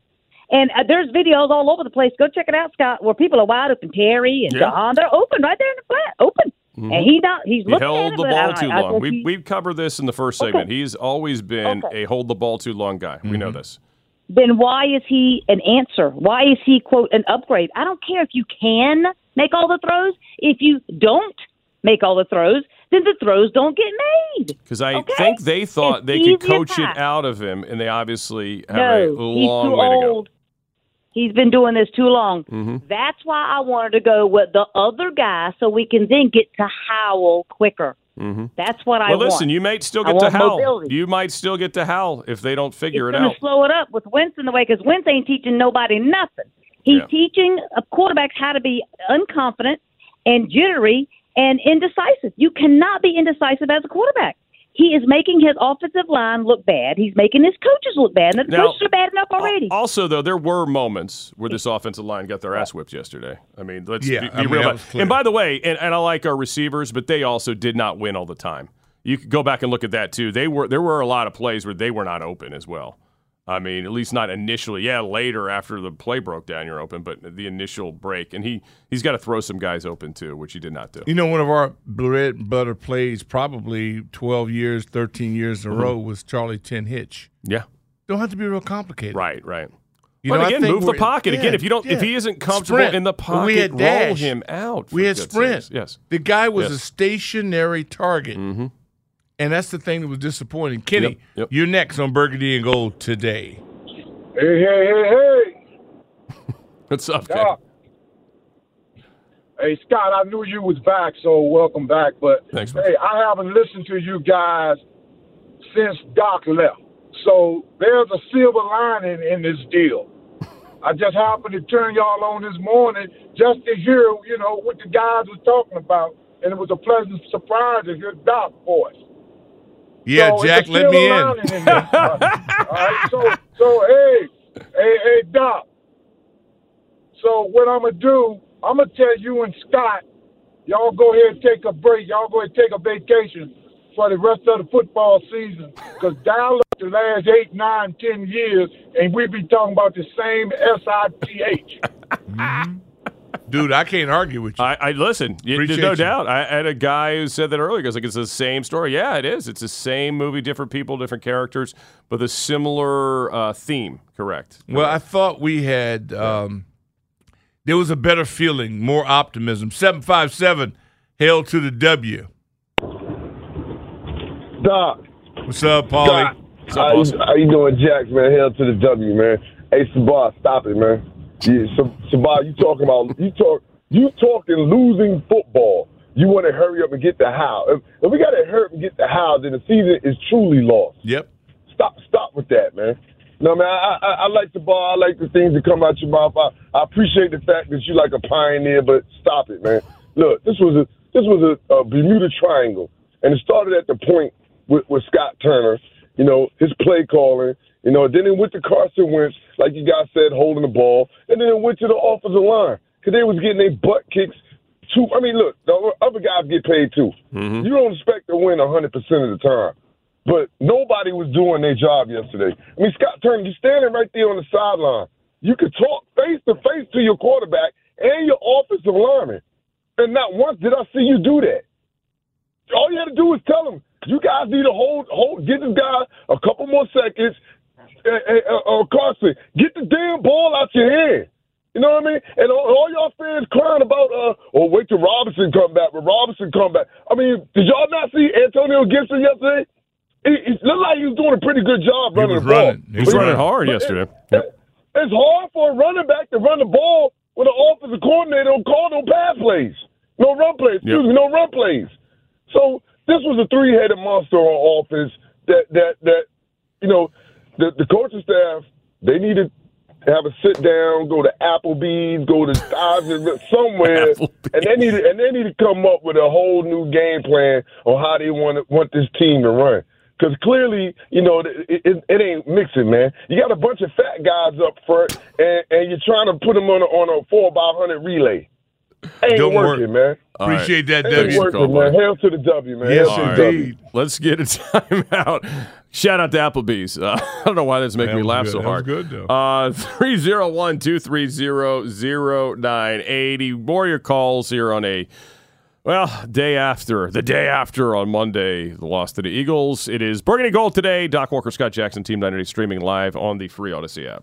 And uh, there's videos all over the place. Go check it out, Scott, where people are wide open. Terry and
Yeah.
John, they're open right there in the flat, open.
Mhm.
And he not he's
He
looking
held
at it,
the
but
ball
I-
too
I
long.
think
We
he-
we've covered this in the first segment. He's always been a hold the ball too long guy. We know
Mm-hmm.
this.
then why is he an answer? Why is he quote an upgrade? I don't care if you can make all the throws. If you don't make all the throws, then the throws don't get made.
Because I think they thought they
easy
could
as
coach it
pie.
out of him, and they obviously have a
no,
long
he's too
way to go.
old. He's been doing this too long.
Mhm.
That's why I wanted to go with the other guy so we can then get to Howell quicker.
Mhm.
That's what I
Well,
want.
listen, you might still
I
get to
want
howl.
mobility.
You might still get to howl if they don't figure it
going
out.
to slow it up with Winston the way because Winston ain't teaching nobody nothing. He's
Yeah.
teaching uh, quarterbacks how to be unconfident and jittery and indecisive. You cannot be indecisive as a quarterback. He is making his offensive line look bad. He's making his coaches look bad. And the
Now-
coaches are bad enough already.
Also, though, there were moments where this offensive line got their ass whipped yesterday. I mean, let's
Yeah,
be, be
I mean,
real.
that
About
was clear.
and by the way, and, and I like our receivers, but they also did not win all the time. You could go back and look at that too. They were there were a lot of plays where they were not open as well. I mean, at least not initially. Yeah, later after the play broke down, you're open, but the initial break, and he he's got to throw some guys open too, which he did not do.
You know, one of our bread and butter plays, probably 12 years, 13 years in a
Mhm.
row, was Charlie Ten Hitch.
Yeah.
Don't have to be real complicated.
Right, right.
You
but
know, I
again,
think
move the
we're-
pocket.
yeah,
again, if you don't, if
yeah.
he isn't comfortable
Sprint.
in the pocket,
we had
roll
dash.
him out. for
We had
goodness
sprint.
sakes. Yes.
the guy was a
Yes. Mm-hmm.
stationary target, and that's the thing that was disappointing. Kenny,
Yep, yep.
you're next on Burgundy and Gold today.
Hey, hey, hey, hey.
What's up,
Yeah. Hey, Scott, I knew you was back, so welcome back. But
Thanks,
hey, I haven't listened to you guys since Doc left. So there's a silver lining in this deal. I just happened to turn y'all on this morning just to hear, you know, what the guys were talking about. And it was a pleasant surprise to hear Doc's voice.
Yeah,
So it's
Jack,
a
let me
silver
in.
lining this. All right, so so hey, hey, hey, Doc. So what I'm gonna do? I'm gonna tell you and Scott, y'all go ahead and take a break. Y'all go ahead and take a vacation for the rest of the football season. Cause Dallas the last eight, nine, ten years, and we be talking about the same S I T H.
Dude, I can't argue with you.
I, I listen. y- There's
Appreciate
no
you.
doubt. I had a guy who said that earlier. Goes like, it's the same story. Yeah, it is. It's the same movie, different people, different characters, but a similar uh, theme. Correct.
Well, I thought we had um, there was a better feeling, more optimism. Seven five seven, hail to the W.
Doc.
What's up, Paulie?
How, you- how you doing, Jack, man? Hell to the W, man. Hey, Sabah, stop it, man. Yeah, Sa- Sabah, you talking about you talk you talking losing football. You want to hurry up and get the how. If, if we got to hurry up and get the how, then the season is truly lost.
Yep.
Stop, stop with that, man. No, man, I, I, I like the ball. I like the things that come out your mouth. I, I appreciate the fact that you like a pioneer, but stop it, man. Look, this was a this was a, a Bermuda Triangle, and it started at the point with, with Scott Turner. You know his play calling. You know, then it went to Carson Wentz, like you guys said, holding the ball, and then it went to the offensive line because they was getting their butt kicks. Two, I mean, look, the other guys get paid too. You don't expect to win 100 percent of the time. But nobody was doing their job yesterday. I mean, Scott Turner, you're standing right there on the sideline. You could talk face to face to your quarterback and your offensive lineman. And not once did I see you do that. All you had to do was tell him, you guys need to hold, hold, get this guy a couple more seconds. Uh, uh, uh, Carson, get the damn ball out your hand. You know what I mean? And all, all y'all fans crying about, uh, oh, wait till Robinson come back. When Robinson come back, I mean, did y'all not see Antonio Gibson yesterday? It, it looked like he was doing a pretty good job running the ball.
He was running hard yesterday. Yep.
It's hard for a running back to run the ball when the offensive coordinator don't call no pass plays, no run plays. Excuse me, no run plays. So this was a three-headed monster on offense that that that you know the the coaching staff they need to have a sit down, go to Applebee's, go to Dives- somewhere, and they need to, and they need to come up with a whole new game plan on how they want to, want this team to run. Because clearly, you know, it, it, it ain't mixing, man. You got a bunch of fat guys up front, and, and you're trying to put them on a, on a four by hundred relay. Ain't
Don't work.
working, man.
All right. Appreciate that,
Ain't
W.
working, man. Hell to the W, man. Hell to the W.
indeed. Let's get a timeout. Shout out to Applebee's. Uh, I don't know why that's making
That
me
was
laugh
good.
so
That was
hard.
good, though.
Uh, 301 230 0980. More your calls here on a, well, day after, the day after on Monday, the loss to the Eagles. It is Burgundy Gold today. Doc Walker, Scott Jackson, Team 980, streaming live on the free Odyssey app.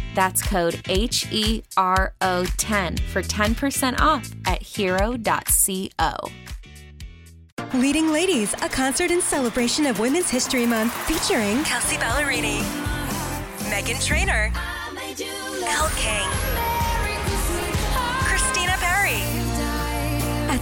That's code H E R O 10 for 10% off at hero.co.
Leading Ladies, a concert in celebration of Women's History Month featuring Kelsey Ballerini, Megan Trainor, Elle King, Christina Perry. At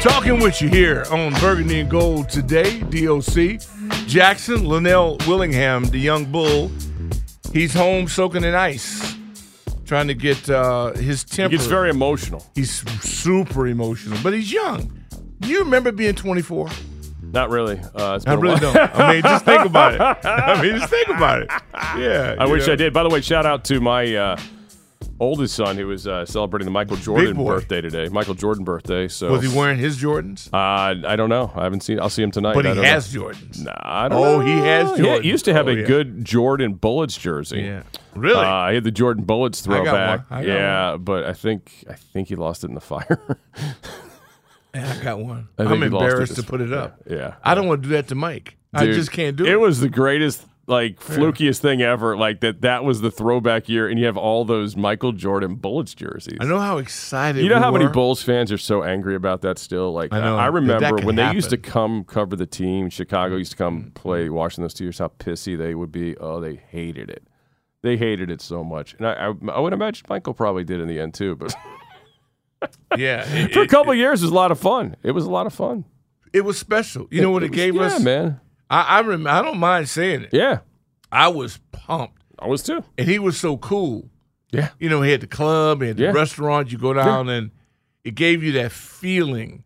Talking with you here on Burgundy and Gold today, DOC. Jackson Linnell Willingham, the young bull, he's home soaking in ice, trying to get uh, his temper.
gets very emotional.
He's super emotional, but he's young. Do you remember being 24?
Not really. Uh, it's
I
been a
really
while.
don't. I mean, just think about it. I mean, just think about it. Yeah.
Ah. I
Uh, you
wish
know.
I did. By the way, shout out to my uh, oldest son who was uh, celebrating the Michael Jordan
boy.
birthday today. Michael Jordan birthday. So
Was he wearing his Jordans?
Uh, I don't know. I haven't seen. I'll see him tonight.
But
I
he
don't know.
has Jordans.
Nah, I don't
Oh,
know.
he has
Yeah,
Jordans.
he used to have
Oh,
a
yeah.
good Jordan Bullets jersey. Yeah,
Really?
Uh, he had the Jordan Bullets
I got one.
throwback.
I got
yeah, but I think I think he lost it in the fire.
Man, I got one.
I think
I'm
he lost it
embarrassed to
this-
put it up.
yeah.
I don't want to do that to Mike. I
Dude,
just can't do it.
It was the greatest, like flukiest thing ever. Like that. That was the throwback year, and you have all those Michael Jordan Bullets jerseys.
I know how excited
You know
we
how many
were.
Bulls fans are so angry about that still? Like
I
I,
know.
I remember
That could Mm-hmm.
when they used to come cover the team. Chicago used to come play Washington those two years. How pissy they would be! Oh, they hated it. They hated it so much, and I, I, I would imagine Michael probably did in the end too. But
yeah,
for a couple of years, it was a lot of fun. It was a lot of fun.
It was special. You know what it,
was-
gave
yeah,
us?
man.
I I, rem- I don't mind saying it.
Yeah.
I was pumped.
I was too.
And he was so cool.
Yeah.
You know, he had the club, he had the
Yeah.
restaurant. You go down and it gave you that feeling.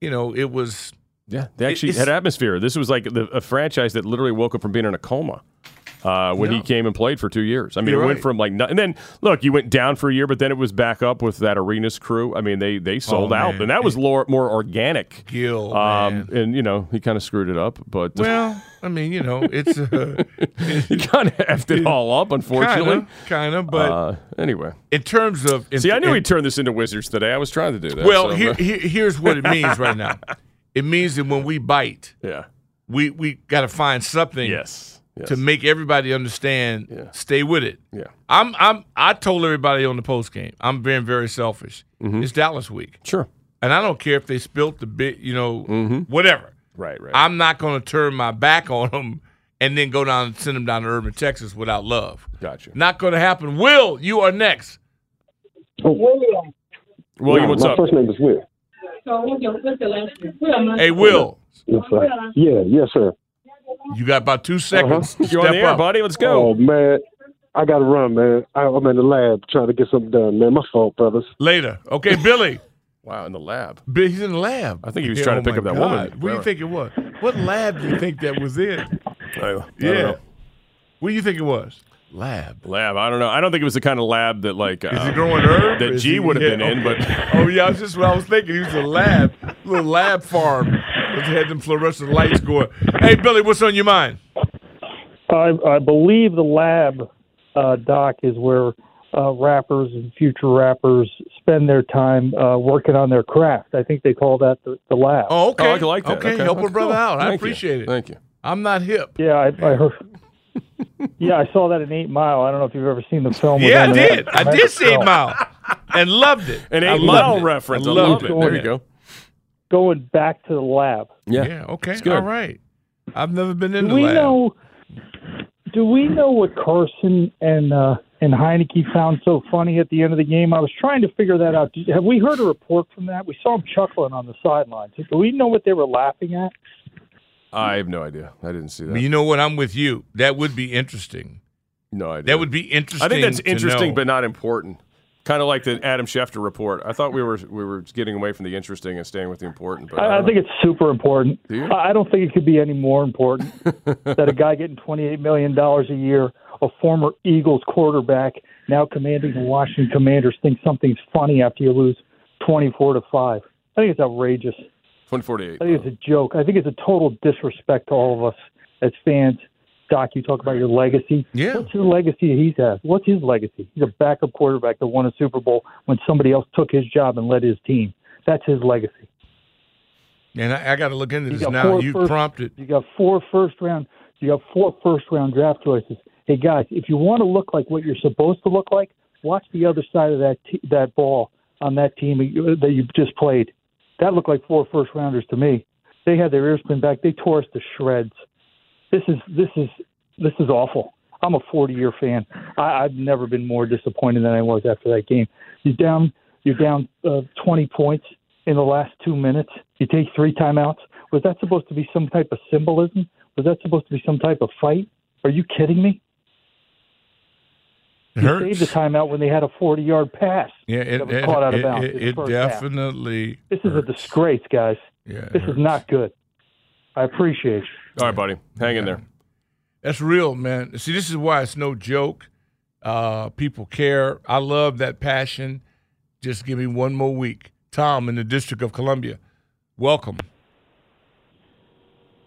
You know, it was.
Yeah, they
It-
actually
it's-
had atmosphere. This was like the, a franchise that literally woke up from being in a coma uh, when
Yeah.
he came and played for two years. I mean,
You're
it went
right.
from like no- and then look, you went down for a year, but then it was back up with that arenas crew. I mean, they they sold out,
Oh, man.
and that was lor- more organic.
Gil,
um, and you know he kind of screwed it up, but
Well, I mean, you know, it's. Uh,
he kind of effed it all up, unfortunately.
Kind of, but
uh, anyway,
in terms of
see, I knew
in-
he turned this into Wizards today. I was trying to do that.
Well,
so-
here, here, here's what it means right now. It means that when we bite,
yeah,
we we got to find something
yes, yes.
to make everybody understand. Stay with it.
Yeah.
I'm I'm I told everybody on the post game. I'm being very selfish. It's Dallas week.
Mm-hmm. Sure. Mm-hmm.
And I don't care if they spilt the bit, you know, whatever.
Right, right.
I'm not going to turn my back on them and then go down and send them down to Urban Texas without love.
Gotcha.
Not going to happen. Will, you are next.
William.
William, what's
my
up?
first name is Will.
Hey, Will.
Yes, sir. Yeah, yes, sir.
You got about two seconds.
Uh-huh.
Step up.
Oh man, I gotta run, man. I, I'm in the lab trying to get something done, man. My fault, brothers.
Later. Okay, Billy.
wow, in the lab.
Bi- He's in the lab. Oh
I think he was trying to pick
my
up that woman.
Where do you think it was? What lab do you think that was in?
I,
Yeah. Where do you think it was? Lab.
Lab. I don't know. I don't think it was the kind of lab that like uh,
Is he growing herb?
that
Is
G
he-
would have
yeah,
been in,
okay.
but
oh yeah, that's just what I was thinking. He was a lab, little lab farm. They had them fluorescent lights going. Hey Billy, what's on your mind?
I, I believe the lab uh, doc is where uh, rappers and future rappers spend their time uh, working on their craft. I think they call that the, the lab.
Oh, okay.
I can like that.
Okay,
Okay.
help a
That's
brother
cool.
out. I
Thank you.
appreciate it.
Thank you.
I'm not hip.
Yeah, I, I heard. yeah, I saw that in Eight Mile. I don't know if you've ever seen the film. with
Yeah, I
Eminem.
did. I did see Eight
film.
Mile and loved it.
An
I
eight
loved
mile
it.
reference. I
loved
love it. There you go.
Going back to the lab.
Yeah.
Yeah. Okay.
It's good.
All right. I've never been in
Do
the
we
lab.
know? Do we know what Carson and uh, and Heineke found so funny at the end of the game? I was trying to figure that out. Did- Have we heard a report from that? We saw him chuckling on the sidelines. Do we know what they were laughing at?
I have no idea. I didn't see that.
You know what? I'm with you. That would be interesting.
No idea.
That would be interesting.
I think that's
to
interesting,
know.
but not important. Kind of like the Adam Schefter report. I thought we were we were getting away from the interesting and staying with the important. But
I, I
don't
think
know.
it's super important.
Do you?
I I don't think it could be any more important that a guy getting $28 million a year, a former Eagles quarterback, now commanding the Washington Commanders, thinks something's funny after you lose 24 to 5. I think it's outrageous.
148.
I think it's a joke. I think it's a total disrespect to all of us as fans. Doc, you talk about your legacy.
Yeah.
What's your legacy he's had? What's his legacy? He's a backup quarterback that won a Super Bowl when somebody else took his job and led his team. That's his legacy.
And I, I got to look into
You
this
got
now.
four
You
first-
prompted.
You got four first round. You got four first round draft choices. Hey guys, if you want to look like what you're supposed to look like, watch the other side of that te- that ball on that team that you just played. That looked like four first rounders to me. They had their ears pinned back. They tore us to shreds. This is this is this is awful. I'm a 40 year fan. I, I've never been more disappointed than I was after that game. You're down. You're down uh, 20 points in the last two minutes. You take three timeouts. Was that supposed to be some type of symbolism? Was that supposed to be some type of fight? Are you kidding me?
It
you
hurts.
saved the timeout when they had a 40 yard pass
Yeah, it,
that was
it,
caught out
it,
of bounds. in
it,
the
it
first half.
definitely.
This is a disgrace, guys.
Yeah, it
this
hurts.
is not good. I appreciate you.
All right, buddy. Hang in there.
That's real, man. See, this is why it's no joke. Uh, people care. I love that passion. Just give me one more week. Tom in the District of Columbia, welcome.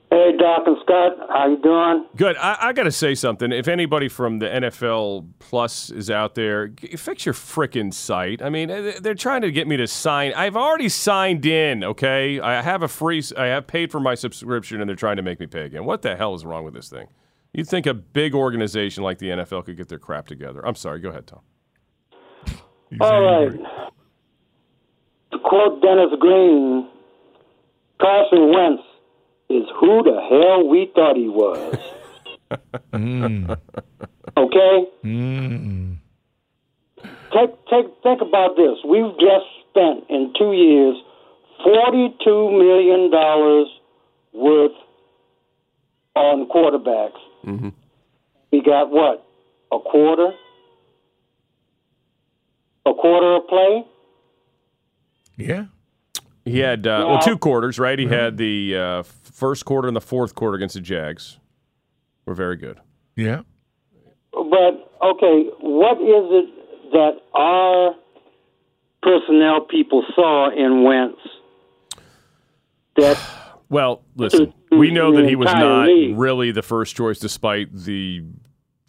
Hey, Doc and Scott, how you doing?
Good. I, I got to say something. If anybody from the NFL Plus is out there, g- fix your frickin' site. I mean, eh, they're trying to get me to sign. I've already signed in. Okay, I have a free. s- I have paid for my subscription, and they're trying to make me pay again. What the hell is wrong with this thing? You'd think a big organization like the NFL could get their crap together. I'm sorry. Go ahead, Tom.
All right. To quote Dennis Green, Carson Wentz is who the hell we thought he was. Okay? Take, take, think about this. We've just spent in two years $42 million worth on quarterbacks.
Mm-hmm.
We got what? A quarter? A quarter of play?
Yeah.
He had uh, well two quarters, right? He had the uh, f- first quarter and the fourth quarter against the Jags. Were very good.
Yeah.
But okay, what is it that our personnel people saw in Wentz? That
Well, listen, we know that he was
entire
not
league.
really the first choice, despite the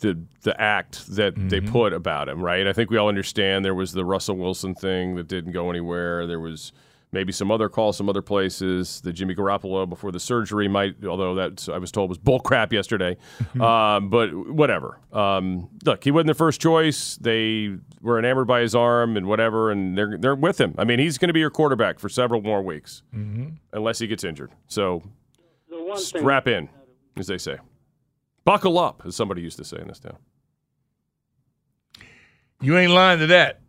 the the act that they put about him. Right? I think we all understand there was the Russell Wilson thing that didn't go anywhere. There was maybe some other calls, some other places. The Jimmy Garoppolo before the surgery might, although that I was told was bull crap yesterday. um, but whatever. Um, look, he wasn't the first choice. They were enamored by his arm and whatever, and they're they're with him. I mean, he's going to be your quarterback for several more weeks
Mm-hmm.
unless he gets injured. So strap in, as they say. Buckle up, as somebody used to say in this town.
You ain't lying to that.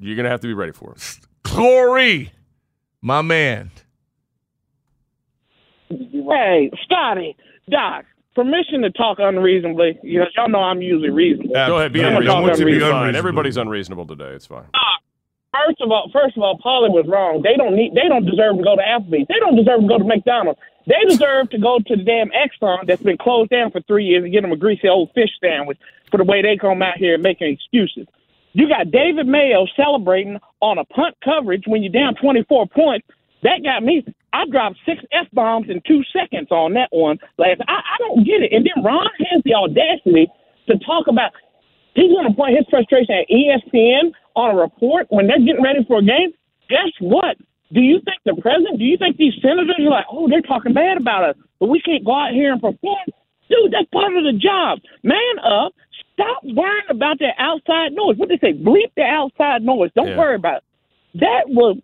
You're going to have to be ready for it.
Corey, my man.
Hey, Scotty, Doc, permission to talk unreasonably. You know, y'all know I'm usually reasonable.
Go ahead, be
I'm gonna
unreasonable.
talk
Be
unreasonable.
fine. Everybody's unreasonable today. It's fine.
First of all, first of all, Polly was wrong. They don't need. They don't deserve to go to Applebee's. They don't deserve to go to McDonald's. They deserve to go to the damn Exxon that's been closed down for three years and get them a greasy old fish sandwich for the way they come out here making excuses. You got David Mayo celebrating on a punt coverage when you're down 24 points. That got me. I dropped six f bombs in two seconds on that one. Like I, I don't get it. And then Ron has the audacity to talk about he's going to point his frustration at E ESPN on a report when they're getting ready for a game. Guess what? Do you think the president? Do you think these senators are like, oh, they're talking bad about us, but we can't go out here and perform? Dude, that's part of the job. Man up. Stop worrying about that outside noise. What they say? Bleep the outside noise. Don't
Yeah.
worry about it. That was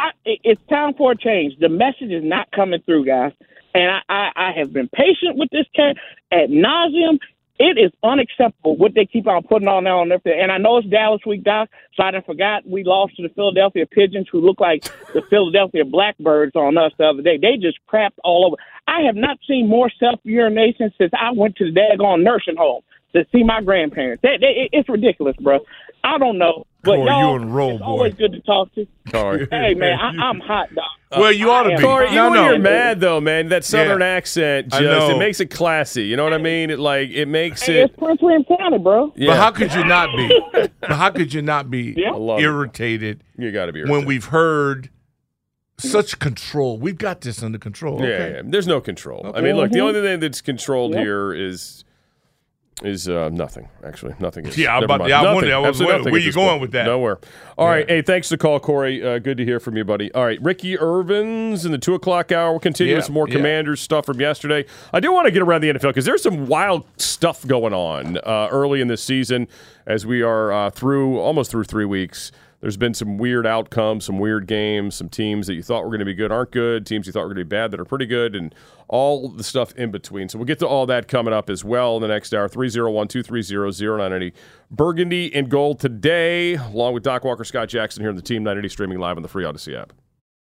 I, it- it's time for a change. The message is not coming through, guys. And I, I, I have been patient with this cat at nauseum. It is unacceptable what they keep on putting on now and everything. And I know it's Dallas week, Doc, so I done forgot we lost to the Philadelphia Pigeons, who look like the Philadelphia Blackbirds on us the other day. They just crapped all over. I have not seen more self urination since I went to the daggone nursing home to see my grandparents. They, they, it- it's ridiculous, bro. I don't know, but
Corey,
y'all,
you and roll,
it's
boy.
always good to talk to. Hey man, I, I'm hot dog.
Uh, Well, you ought to be.
Corey,
No,
even when
no.
you're mad though, man, that southern
Yeah.
accent
I
just
know.
it makes it classy. You know what I mean? It like it makes it.
Prince William County, bro.
Yeah.
But how could you not be? but how could you not be
Yeah. I
love it.
irritated?
You got to be
when
irritated.
we've heard such control. We've got this under control.
Yeah,
okay?
yeah, there's no control. I
Okay.
mean, look, the
Mhm.
only thing that's controlled
Yep.
here is is uh, nothing. Actually, nothing is.
Yeah, I'm
never
about-
mind.
yeah, I
Nothing.
wondered- I was
Absolutely
wondering,
nothing
where
at
you
this
going
point.
with that?
Nowhere. All right. Hey, thanks for the call, Corey. Uh, good to hear from you, buddy. All right, Ricky Irvin's in the two o'clock hour. We'll continue with
Yeah,
some more
yeah.
Commanders stuff from yesterday. I do want to get around the NFL because there's some wild stuff going on uh, early in this season as we are uh, through almost through three weeks. There's been some weird outcomes, some weird games, some teams that you thought were going to be good aren't good, teams you thought were going to be bad that are pretty good, and all the stuff in between. So we'll get to all that coming up as well in the next hour. 301 230 0980. Burgundy and gold today, along with Doc Walker, Scott Jackson here on the Team 980, streaming live on the Free Odyssey app.